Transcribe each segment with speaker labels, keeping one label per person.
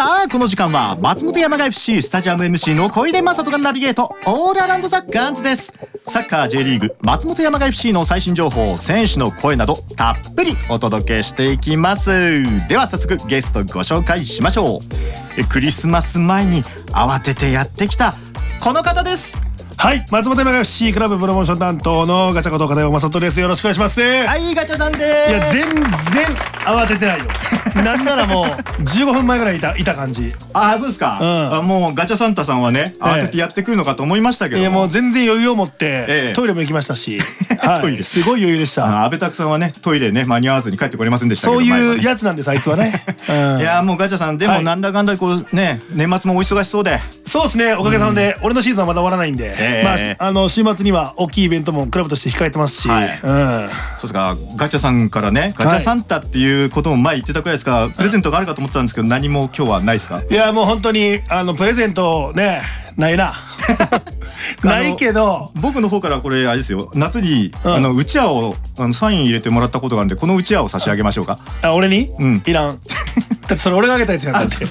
Speaker 1: あ、この時間は、松本山が FC スタジアム MC の小出正人がナビゲート、オールアラウンドザ・ガンズです。サッカー J リーグ、松本山が FC の最新情報、選手の声など、たっぷりお届けしていきます。では、早速ゲストご紹介しましょう。えクリスマス前に慌ててやってきた、この方です。
Speaker 2: はい松本山が FC クラブプロモーション担当のガチャこと片山正人ですよろしくお願いします、い、
Speaker 1: はい、ガチャさんです。
Speaker 2: や全然慌ててないよなんならもう15分前ぐらいいたいた感じ
Speaker 1: あそうですか、
Speaker 2: うん
Speaker 1: あもうガチャサンタさんはね慌ててやってくるのかと思いましたけ
Speaker 2: い
Speaker 1: ど
Speaker 2: やも
Speaker 1: も、
Speaker 2: う全然余裕を持って、
Speaker 1: ええ
Speaker 2: トイレも行きました し、はい
Speaker 1: トイレ
Speaker 2: すごい余裕でした
Speaker 1: あ安倍拓さんはねトイレね間に合わずに帰ってこれませんでしたけど
Speaker 2: そう
Speaker 1: 前は
Speaker 2: いう
Speaker 1: ね
Speaker 2: やつなんですあいつ はね、うん
Speaker 1: いやもうガチャさんで
Speaker 2: は
Speaker 1: も
Speaker 2: い
Speaker 1: なんだかんだこうね年末もお忙しそうで
Speaker 2: そうですねおかげさまで、俺のシーズンはまだ終わらないんで、
Speaker 1: ええ
Speaker 2: まあし、あの週末には大きいイベントもクラブとして控えてますし、
Speaker 1: はい
Speaker 2: うん
Speaker 1: そうですかガチャさんからねガチャサンタっていうことも前言ってたくらいですから、プレゼントがあるかと思ってたんですけど何も今日はないですか
Speaker 2: いやもう本当にあのプレゼントねない なないけど
Speaker 1: 僕の方からこれあれですよ夏に、
Speaker 2: うん
Speaker 1: あのうちわをあのサイン入れてもらったことがあるんでこのうちわを差し上げましょうか
Speaker 2: あ俺に、
Speaker 1: うん
Speaker 2: いらん だってそれ俺があげたやつやんだって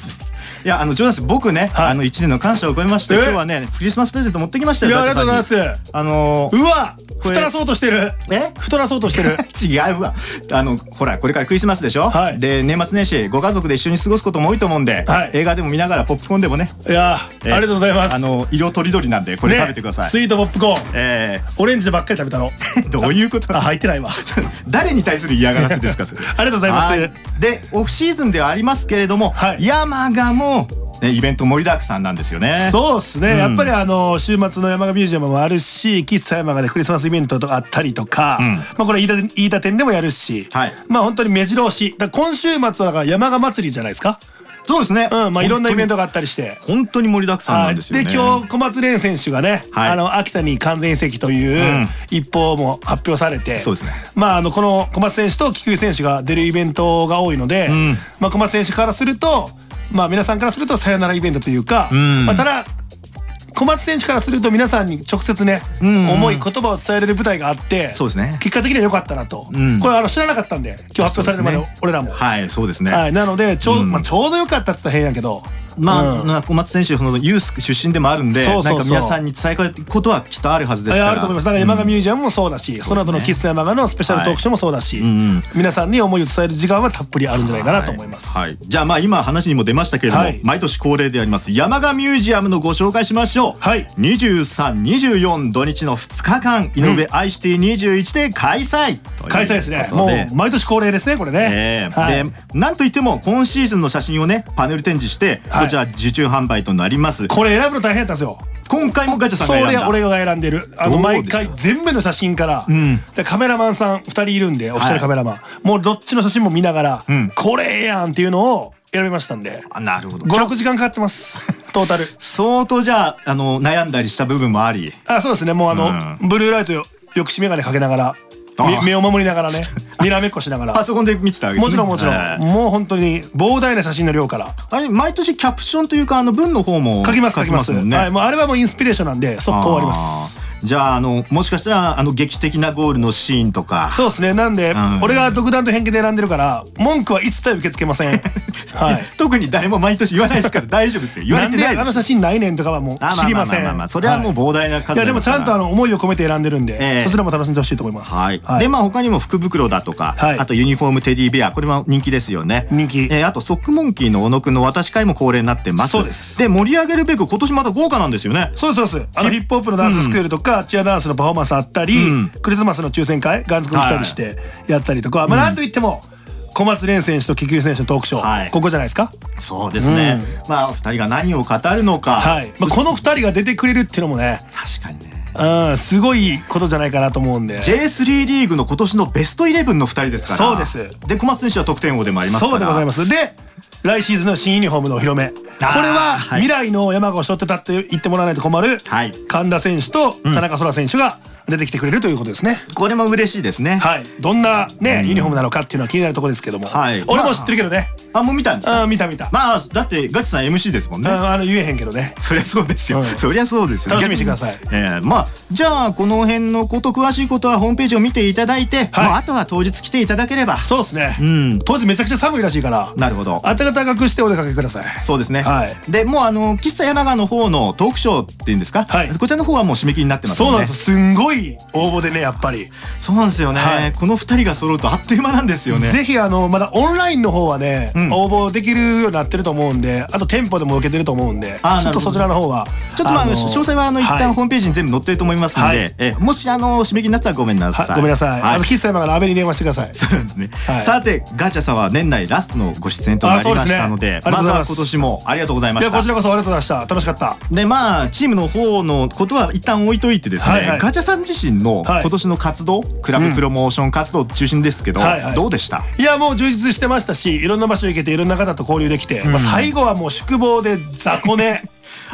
Speaker 1: いやあの冗談です僕ね、
Speaker 2: はい
Speaker 1: あの一年の感謝を込めまして
Speaker 2: え
Speaker 1: 今日はねクリスマスプレゼント持ってきました
Speaker 2: い
Speaker 1: よ
Speaker 2: やありがとうござ
Speaker 1: ガ
Speaker 2: いま
Speaker 1: チ
Speaker 2: す
Speaker 1: ャさんにあの
Speaker 2: うわ
Speaker 1: これ
Speaker 2: 太らそうとしてる
Speaker 1: え
Speaker 2: 太らそうとしてる
Speaker 1: 違うわあのほらこれからクリスマスでしょ、
Speaker 2: はい
Speaker 1: で年末年始ご家族で一緒に過ごすことも多いと思うんで、
Speaker 2: はい
Speaker 1: 映画でも見ながらポップコーンでもね
Speaker 2: いやあ
Speaker 1: え
Speaker 2: りがとうございます
Speaker 1: あの色とりどりなんでこれ食べてください、
Speaker 2: ね、スイートポップコーン
Speaker 1: え
Speaker 2: オレンジでばっかり食べた の
Speaker 1: ー、どういうこと
Speaker 2: あ入っ てないわ
Speaker 1: 誰に対する嫌がらせですかそれ
Speaker 2: ありがとうございます
Speaker 1: はでオフシーズンではありますけれども、
Speaker 2: はい
Speaker 1: 山がもう、ね、イベント盛りだくさんなんですよね
Speaker 2: そうっすね、
Speaker 1: うん
Speaker 2: やっぱりあの週末の山鹿ミュージアムもあるし喫茶山鹿でクリスマスイベントとかあったりとか、
Speaker 1: ん
Speaker 2: まあこれ飯田飯田店でもやるし、
Speaker 1: はい
Speaker 2: まあ本当に目白押しだから今週末はだから山鹿祭りじゃないですか
Speaker 1: そうですね
Speaker 2: うんまあいろんなイベン
Speaker 1: ト
Speaker 2: トがあったりして
Speaker 1: 本当に盛りだくさんなんですよね
Speaker 2: で今日小松蓮選手がね、
Speaker 1: はい
Speaker 2: あの秋田に完全移籍という
Speaker 1: うん
Speaker 2: 一報も発表されて、
Speaker 1: そうですね
Speaker 2: まああのこの小松選手と菊池選手が出るイベントが多いので、
Speaker 1: ん
Speaker 2: まあ小松選手からするとまあ皆さんからするとさよならイベントというか、
Speaker 1: ん
Speaker 2: まあただ小松選手からすると皆さんに直接ね、
Speaker 1: ん
Speaker 2: 重い言葉を伝えれる舞台があって
Speaker 1: そうですね
Speaker 2: 結果的には良かったなと、
Speaker 1: ん
Speaker 2: これあの知らなかったんで今日発表されるまで
Speaker 1: そうですね
Speaker 2: 俺らも、
Speaker 1: はいそうですね、
Speaker 2: はい、なのでちょ,、うまあ、ちょうど良かったっつったら変やけど
Speaker 1: まあ、
Speaker 2: うん
Speaker 1: なんか小松選手そのユース出身でもあるんで
Speaker 2: そうそうそう
Speaker 1: なんか皆さんに伝えられていくことはきっとあるはずですか
Speaker 2: いや
Speaker 1: ら
Speaker 2: あると思いますだから山賀ミュージアムもそうだし、その後の喫茶山賀のスペシャルトークショーもそうだし、
Speaker 1: ん
Speaker 2: 皆さんに思いを伝える時間はたっぷりあるんじゃないかなと思います、
Speaker 1: はい、はいじゃあまあ今話にも出ましたけれども、
Speaker 2: はい
Speaker 1: 毎年恒例であります山賀ミュージアムのご紹介しましょう、
Speaker 2: はい
Speaker 1: 2324土日の2日間井上アイシティ21で開催
Speaker 2: 開催です
Speaker 1: とい
Speaker 2: ね
Speaker 1: うこ
Speaker 2: も
Speaker 1: と
Speaker 2: う
Speaker 1: で
Speaker 2: 毎年恒例ですねこれね、
Speaker 1: ええ
Speaker 2: はい
Speaker 1: でなんといっても今シーズンの写真をねパネル展示して、
Speaker 2: は
Speaker 1: こ
Speaker 2: い
Speaker 1: ちら受注販売となります
Speaker 2: これ選ぶの大変だったんですよ
Speaker 1: 今回もガチャさん
Speaker 2: そ
Speaker 1: が選ん
Speaker 2: れ
Speaker 1: だ
Speaker 2: は俺が選んでるあ
Speaker 1: ど
Speaker 2: の
Speaker 1: う
Speaker 2: 毎
Speaker 1: でした
Speaker 2: 回全部の写真から、
Speaker 1: ん
Speaker 2: でカメラマンさん2人いるんでオフィシャルカメラマン、もうどっちの写真も見ながら、
Speaker 1: ん
Speaker 2: これええやんっていうのを選びましたんで
Speaker 1: あなるほど
Speaker 2: 56時間かかってますト ータル
Speaker 1: 相当じゃああの悩んだりした部分もあり
Speaker 2: あそうですねもうあの、ブルーライトよ抑止眼鏡かけながらみ
Speaker 1: ああ
Speaker 2: 目を守りながら ねにらめっこしなが
Speaker 1: パ
Speaker 2: ら
Speaker 1: ソコンで見てたわけです、ね、
Speaker 2: もちろんもちろん、
Speaker 1: はい
Speaker 2: もう本当に膨大な写真の量から
Speaker 1: あれ毎年キャプションというかあの文の方も
Speaker 2: 書きます書きます
Speaker 1: もんね、
Speaker 2: はい、もうあれはもうインスピレーションなんで速攻終わります
Speaker 1: すじゃああのもしかしたらあの劇的なゴールのシーンとか
Speaker 2: そうですねなんで、
Speaker 1: ん
Speaker 2: 俺が独断と偏見で選んでるから文句は一切受け付け ませんはい
Speaker 1: 特に誰も毎年言わないですから大丈夫ですよ言われてない
Speaker 2: んであの
Speaker 1: です
Speaker 2: 写真 ないねんとかはもう
Speaker 1: あまあ
Speaker 2: 知りません
Speaker 1: まあまあまあそれはもう膨大な数
Speaker 2: いやでもちゃんとあ
Speaker 1: の
Speaker 2: の思いを込めて選んでるんで、
Speaker 1: ええ
Speaker 2: そちらも楽しんでほしいと思います
Speaker 1: はい、でまあ他にも福袋だとか、
Speaker 2: はい
Speaker 1: あとユニフォームテディベアこれも人気ですよね
Speaker 2: 人気
Speaker 1: えーあとソックモンキーの小野くんの私会も恒例になってます
Speaker 2: そうです
Speaker 1: で盛り上げるべく今年また豪華なんですよね
Speaker 2: そうですそうですあのヒップホップのダンススクールとか、チアダンスのパフォーマンスあったり、
Speaker 1: うん
Speaker 2: クリスマスの抽選会ガンズ君来たりしてやったりとか、まあなんといっても小松蓮選手と菊池選手のトークショー、
Speaker 1: はい
Speaker 2: ここじゃないですか、
Speaker 1: そうですね、まあ二人が何を語るのか
Speaker 2: はいまあ、この2人が出てくれるっていうのもね、
Speaker 1: 確かにね
Speaker 2: うん、すごいことじゃないかなと思うんで
Speaker 1: J3 リーグの今年のベストイレブンの2人ですから
Speaker 2: そうです
Speaker 1: で小松選手は得点王でもありますから
Speaker 2: そうでございますすで来シーズンの新ユニフォームのお披露目これは
Speaker 1: はい
Speaker 2: 未来の山がを背負ってたって言ってもらわないと困る
Speaker 1: はい
Speaker 2: 神田選手と田中空選手が、出てきてくれるということですね。
Speaker 1: これも嬉しいですね。
Speaker 2: はい、どんなね、ユニフォームなのかっていうのは気になるところですけども、
Speaker 1: はい
Speaker 2: 俺も知ってるけどね、
Speaker 1: あ、もう見たんですか
Speaker 2: あ、見た見た、
Speaker 1: まあ、だってガチさん MC ですもんね。
Speaker 2: あ、あの言えへんけどね
Speaker 1: そりゃそうですよ。
Speaker 2: うん
Speaker 1: そりゃそうですよ。
Speaker 2: 楽しみにしてください
Speaker 1: 逆にええまあ、じゃあ、この辺のこと、詳しいことはホームページを見ていただいて、まあ、あとは当日来ていただければ。
Speaker 2: そうですね、
Speaker 1: うん
Speaker 2: 当時めちゃくちゃ寒いらしいから
Speaker 1: なるほど。
Speaker 2: 暖かくしてお出かけください
Speaker 1: そうですね。
Speaker 2: はい
Speaker 1: で、もうあの、喫茶山川の方のトークショーっていうんですか、
Speaker 2: はい
Speaker 1: こちらの方はもう締め切りになってます
Speaker 2: そうなん
Speaker 1: の
Speaker 2: ですすんごい応募でねやっぱり、
Speaker 1: そうなんですよね。
Speaker 2: はい
Speaker 1: この二人が揃うとあっという間なんですよね。
Speaker 2: ぜひあのまだオンラインの方はね、
Speaker 1: うん
Speaker 2: 応募できるようになってると思うんであと店舗でも受けてると思うんで
Speaker 1: あー
Speaker 2: ちょっとそちらの方は
Speaker 1: ちょっとまあ、詳細はあの一旦ホームページに全部載ってると思いますので、
Speaker 2: はい
Speaker 1: えもしあの締め切りになったらごめんなさい。
Speaker 2: はごめんなさい、
Speaker 1: は
Speaker 2: あの喫茶山から阿部に電話してください
Speaker 1: そうですね、
Speaker 2: はい
Speaker 1: さてガチャさんは年内ラストのご出演となりましたので
Speaker 2: あそうですねありが
Speaker 1: ま
Speaker 2: とう
Speaker 1: ず
Speaker 2: ござい
Speaker 1: は
Speaker 2: ます
Speaker 1: 今年もありがとうございま
Speaker 2: い
Speaker 1: し
Speaker 2: やこ
Speaker 1: た
Speaker 2: ちらこそありがとうございました楽しかった
Speaker 1: でまあチームの方のことは一旦置いといてですね、
Speaker 2: はいはい
Speaker 1: ガチャさん自身の
Speaker 2: はい
Speaker 1: 今年の活動、クラブプロモーション活動中心ですけど、
Speaker 2: はいはい
Speaker 1: どうでした
Speaker 2: いやもう充実してましたしいろんな場所行けていろんな方と交流できて、まあ、最後はもう宿坊で雑魚 寝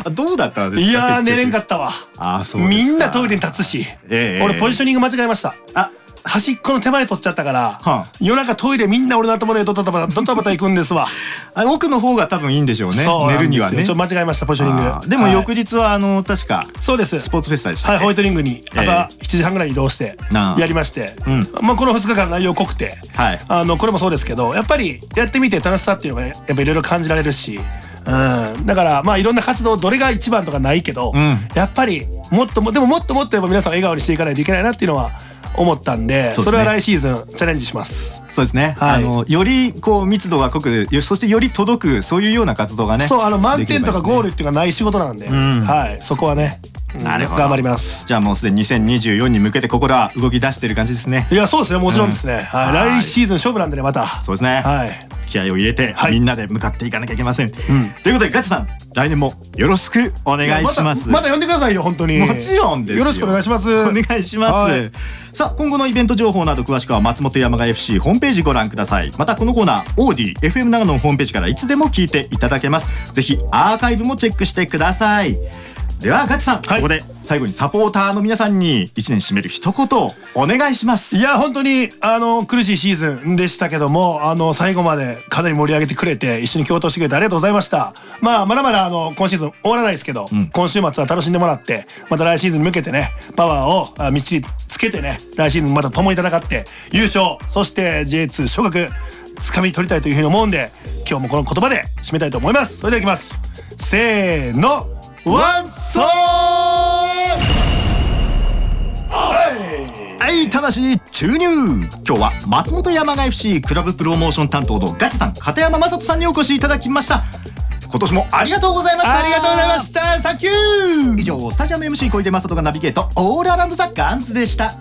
Speaker 1: あどうだったんですか
Speaker 2: いやー寝れんか
Speaker 1: っ
Speaker 2: ったわ
Speaker 1: あーそうですか
Speaker 2: みんなトイレに立つし、
Speaker 1: ええ
Speaker 2: 俺ポジショニング間違えました
Speaker 1: あ
Speaker 2: 端っこの手前取っちゃったから、
Speaker 1: はあ
Speaker 2: 夜中トイレみんな俺の頭の上ドタ バタドタバタ行くんですわ
Speaker 1: あ奥の方が多分いいんでしょうね
Speaker 2: そうな
Speaker 1: 寝
Speaker 2: んで
Speaker 1: るに
Speaker 2: すよ
Speaker 1: はね
Speaker 2: ちょっと間違えましたポジショニン
Speaker 1: あ
Speaker 2: グ
Speaker 1: ーでも
Speaker 2: はい
Speaker 1: 翌日はあの確か
Speaker 2: そうです
Speaker 1: スポーツフェスタでした、
Speaker 2: はい、ホワイ
Speaker 1: ね
Speaker 2: トリングに朝7時半ぐらいに移動して
Speaker 1: なあ
Speaker 2: やりまして、
Speaker 1: うん
Speaker 2: まあ、この2日間内容濃くて、
Speaker 1: はい
Speaker 2: あのこれもそうですけどやっぱりやってみて楽しさっていうのがやっぱいろいろ感じられるし、うん、だからまあいろんな活動どれが一番とかないけど、
Speaker 1: うん
Speaker 2: やっぱりもっともでももっともっとやっぱ皆さんを笑顔にしていかないといけないなっていうのは思ったんで
Speaker 1: そ
Speaker 2: そ,、
Speaker 1: うですね
Speaker 2: れは来シーズンチャレンジします。
Speaker 1: そうですね、
Speaker 2: はい
Speaker 1: あのよりこう密度が濃くよそしてより届くそういうような活動がね
Speaker 2: そうあの満点とかゴー
Speaker 1: ル
Speaker 2: ルっていうのがない仕事なんで、
Speaker 1: ん
Speaker 2: はい、そこはね、うん
Speaker 1: なるほど
Speaker 2: 頑張ります。
Speaker 1: じゃあもうすでに2024に向けてここら動き出してる感じですね
Speaker 2: いやそうですねもちろんですね、はい
Speaker 1: はい
Speaker 2: 来シーズン勝負なんでねまた
Speaker 1: そうですね
Speaker 2: はい
Speaker 1: 気合を入れて、
Speaker 2: はい
Speaker 1: みんなで向かっていかなきゃいけません、ということでガチさん来年もよろしくお願いします
Speaker 2: やまたまた呼んでくださいよ本当に
Speaker 1: もちろんですよ
Speaker 2: よろしくお願いします
Speaker 1: お願いします、
Speaker 2: はい
Speaker 1: さあ今後のイベント情報など詳しくは松本山が FC ホームページご覧くださいまたこのコーナー OD FM 長野のホームページからいつでも聞いていただけますぜひアーカイブもチェックしてくださいではガチさん、
Speaker 2: はい
Speaker 1: ここで最後にサポーターの皆さんに一年締める一言をお願いします
Speaker 2: いや本当にあの苦しいシーズンでしたけどもあの最後までかなり盛り上げてくれて一緒に共闘してくれてありがとうございましたまあまだまだあの今シーズン終わらないですけど、今週末は楽しんでもらってまた来シーズンに向けてねパワーをあみっちりつけてね来シーズンまた共に戦って優勝そして J2 昇格つかみ取りたいというふうに思うんで今日もこの言葉で締めたいと思いますそれではいきますせーのワンソー
Speaker 1: はい、魂注入今日は松本山が FC クラブプロモーション担当のガチさん、片山雅人さんにお越しいただきました。今年もありがとうございました。
Speaker 2: ありがとうございましたサンキュー
Speaker 1: 以上、スタジアム MC 小出正人がナビゲート、オールアラウンドザガンズでした。